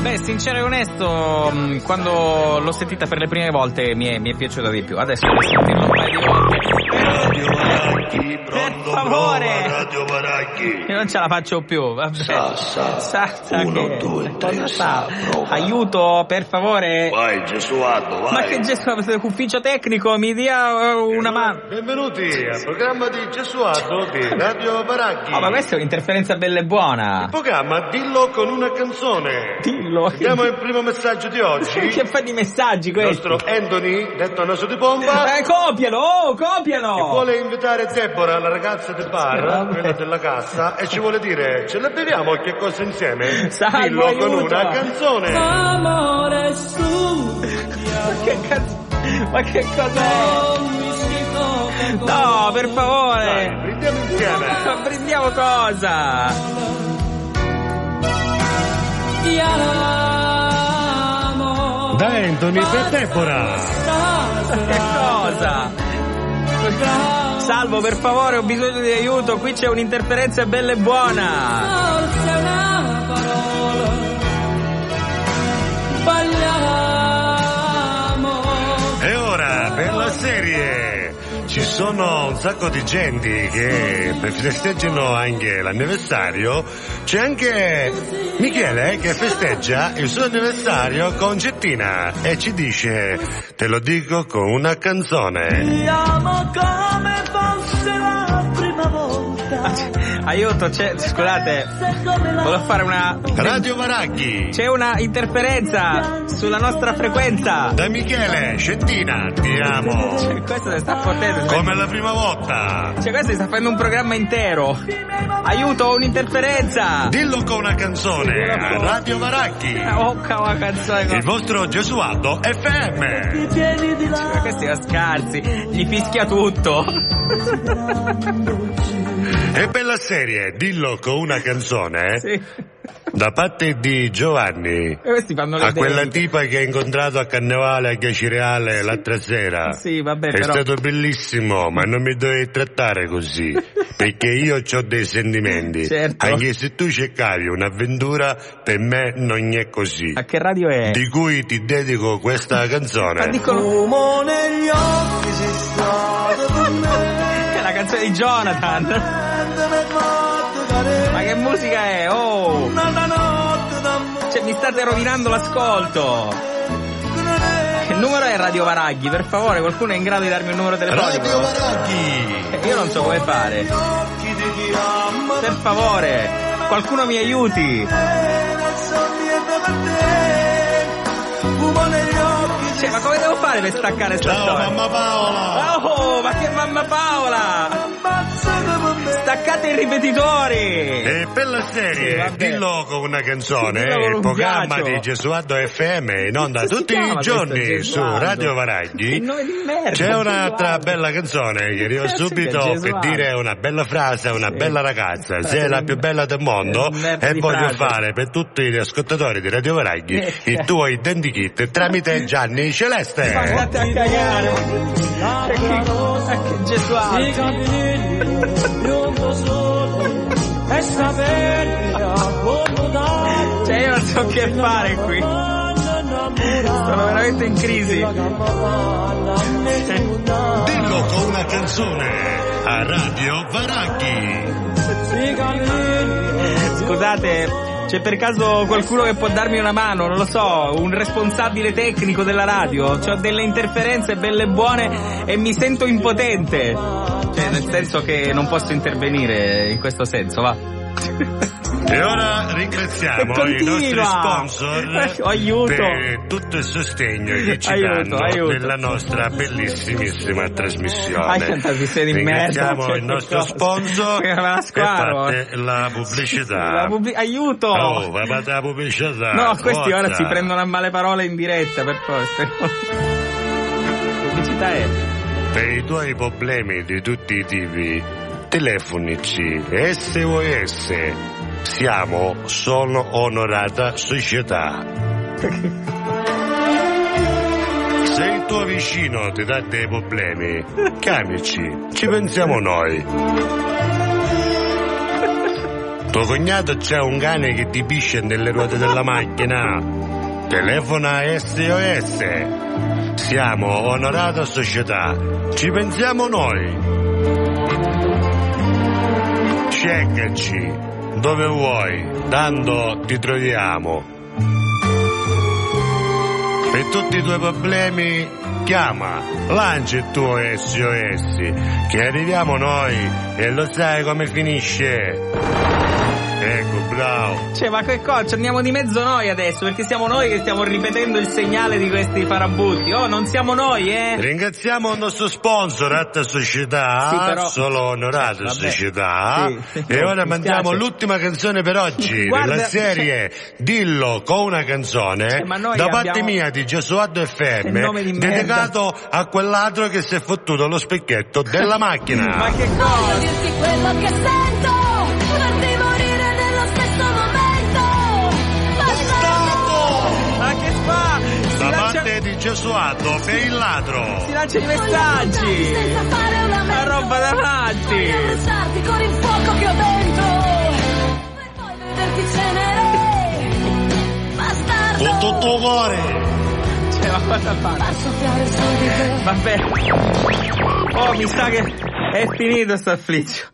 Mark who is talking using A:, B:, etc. A: Beh, sincero e onesto, mh, quando l'ho sentita per le prime volte mi è, mi è piaciuta di più. Adesso devo sentirla un paio di volte.
B: Radio Baracchi,
A: Per
B: pronto,
A: favore.
B: prova, Radio Baracchi.
A: Io non ce la faccio più. Vabbè.
B: Sa, sa. Uno, due, tre,
A: Cosa
B: sa,
A: fa?
B: prova.
A: Aiuto, per favore.
B: Vai Gesualdo, vai.
A: Ma che gesto, ufficio tecnico, mi dia eh, una mano.
C: Benvenuti al programma di Gesualdo di Radio Baracchi.
A: Oh, ma questa è un'interferenza bella e buona.
C: Programma Dillo con una canzone.
A: Dillo.
C: Diamo il primo messaggio di oggi.
A: Che
C: Il
A: fa di messaggi questo?
C: nostro Anthony, detto naso di bomba,
A: Eh, copialo, oh, copialo.
C: che vuole invitare Deborah, la ragazza del bar,
A: Vabbè.
C: quella della cassa, e ci vuole dire ce la beviamo che cosa insieme?
A: Salvo,
C: Dillo con
A: aiuto.
C: una canzone.
D: Amore su,
A: Ma che cazzo? Ma che cos'è?
D: non mi si tocca con
A: No, per favore.
C: Brindiamo insieme.
A: Ma Prendiamo cosa?
D: ti amo.
C: Da Anthony per Deborah.
A: Che cosa? Salvo, per favore, ho bisogno di aiuto. Qui c'è un'interferenza bella e buona.
D: Forse una parola sbagliamo.
C: E ora per la serie ci sono un sacco di gente che festeggiano anche l'anniversario. C'è anche Michele che festeggia il suo anniversario con Gettina e ci dice te lo dico con una canzone.
E: Ti amo come fosse la prima volta.
A: Aiuto, c'è. Scusate.
E: Se come la
A: Volevo fare una.
C: Radio Maraghi
A: C'è una interferenza sulla nostra frequenza.
C: da Michele Gettina ti amo
A: Cioè, questo si sta potendo.
C: come la prima volta.
A: Cioè, questo si sta facendo un programma intero. Aiuto, ho un'interferenza.
C: Dillo con una canzone a Radio Maraghi
A: Oh, cavolo, canzone.
C: Il vostro Gesualdo FM.
E: ti tieni di
A: Ma
E: là.
A: Questi sono scarsi, gli fischia tutto.
C: E per la serie, dillo con una canzone, eh?
A: Sì.
C: da parte di Giovanni,
A: E questi fanno le
C: a quella
A: denti.
C: tipa che ha incontrato a Carnevale a Ghiacireale l'altra sera.
A: Sì, vabbè,
C: È
A: però.
C: stato bellissimo, ma non mi dovevi trattare così, perché io ho dei sentimenti.
A: Certo.
C: Anche se tu cercavi un'avventura, per me non è così.
A: A che radio è?
C: Di cui ti dedico questa
A: Ma
C: canzone.
A: dicono
E: Fumo negli occhi sei stato con me.
A: che è la canzone di Jonathan.
E: Prendeme forte da te.
A: Ma che musica è? Oh!
E: Una notte d'amore.
A: Cioè, mi state rovinando l'ascolto. Che numero è Radio Varaghi? Per favore, qualcuno è in grado di darmi un numero
C: Radio
A: telefonico?
C: Maraghi!
A: Eh, Io non so come fare.
E: Occhi di chi ama.
A: Per favore, qualcuno mi aiuti.
E: Nel sorridere per te. Fumo negli occhi
A: Cioè, ma come devo fare per staccare sta
C: Ciao
A: storia?
C: mamma Paola!
A: Oh, ma che mamma Paola!
E: ammazzate per me.
A: Staccate i ripetitori!
C: E per la
A: Sì,
C: serie
A: vabbè.
C: Dillo con una canzone, eh,
A: Dillo con
C: il
A: un
C: programma
A: ghiaccio.
C: di Gesualdo FM in onda
A: Come si
C: tutti
A: chiama
C: i giorni
A: questo
C: su
A: Gesualdo?
C: Radio
A: Che
C: Varaghi.
A: nome di merda,
C: C'è un'altra
A: Gesualdo.
C: bella canzone che arriva
A: Cazzo che
C: subito per
A: Gesualdo.
C: dire una bella frase a una
A: Sì.
C: bella ragazza.
A: Sì,
C: Sei la
A: sì.
C: più bella del mondo
A: Eh, merda
C: e
A: di
C: voglio
A: frase.
C: fare per tutti gli ascoltatori di Radio Varaghi
A: Eh.
C: il tuo identikit tramite Gianni
A: Ma
C: Celeste.
A: andate a cagare! Ma Che, ma che
D: I
A: Gesualdo!
D: capelli lungo solo e saperli abbondare
A: Cioè io non so che fare qui! Sono veramente in crisi!
C: Dillo con una canzone a Radio Varaghi.
D: I capelli
A: Scusate, c'è per caso qualcuno che può darmi una mano? Non lo so, un responsabile tecnico della radio? Ho delle interferenze belle e buone e mi sento impotente! Cioè, nel senso che non posso intervenire in questo senso, va!
C: E ora ringraziamo
A: Continua.
C: i nostri sponsor
A: Aiuto.
C: per tutto il sostegno che ci
A: Aiuto,
C: danno
A: aiuto.
C: nella nostra bellissimissima
A: Ah,
C: trasmissione.
A: quanta trasmissione di merda!
C: ringraziamo
A: cioè,
C: il nostro
A: cosa.
C: sponsor
A: Me la
C: che
A: squaro.
C: parte la pubblicità.
A: La pubblic- aiuto!
C: Oh, va fatta la pubblicità.
A: no, questi ora
C: Ah, forza.
A: si prendono a male parole in diretta per forza. Pubblicità è.
C: Per i tuoi problemi di tutti i tipi, telefonici SOS. Siamo Sono Onorata Società. Se il tuo vicino ti dà dei problemi, chiamici, ci pensiamo noi. Tuo cognato c'è un cane che ti pisce nelle ruote della macchina. Telefona SOS. Siamo onorata società. Ci pensiamo noi. Cercaci dove vuoi, tanto ti troviamo. Per tutti i tuoi problemi chiama, lancia il tuo SOS, che arriviamo noi e lo sai come finisce. Ecco, bravo.
A: Cioè, ma che cosa? Ci andiamo di mezzo noi adesso, perché siamo noi che stiamo ripetendo il segnale di questi farabutti. Oh, non siamo noi, eh?
C: Ringraziamo il nostro sponsor, Atta Società,
A: Sì, però-
C: solo onorato
A: Vabbè,
C: Società.
A: sì.
C: E ora
A: Mi
C: mandiamo
A: spiace.
C: l'ultima canzone per oggi
A: Guarda-
C: della serie Dillo con una canzone
A: Cioè, ma noi
C: da parte
A: abbiamo-
C: mia di Gesualdo
A: Che nome di
C: FM
A: merda.
C: dedicato a quell'altro che si è fottuto lo specchietto della macchina.
A: Ma che
D: Voglio
A: cosa?
D: dirti quello che sento Farti morire nello stesso momento
C: Stato!
A: Ma che fa? Si
C: Da
A: lancia,
C: parte di Gesualdo per il ladro.
A: si lancia i
D: Voglio
A: messaggi!
D: portarti senza fare un
A: Ma
D: lamento
A: roba davanti!
D: Voglio abbracciarti con il fuoco che ho dentro Per poi vederti cenere Bastardo
C: Con tutto il cuore.
A: Cioè, ma cosa fa?
D: Far soffiare su di te
A: Vabbè. Oh, mi sa che è finito sto affliggio.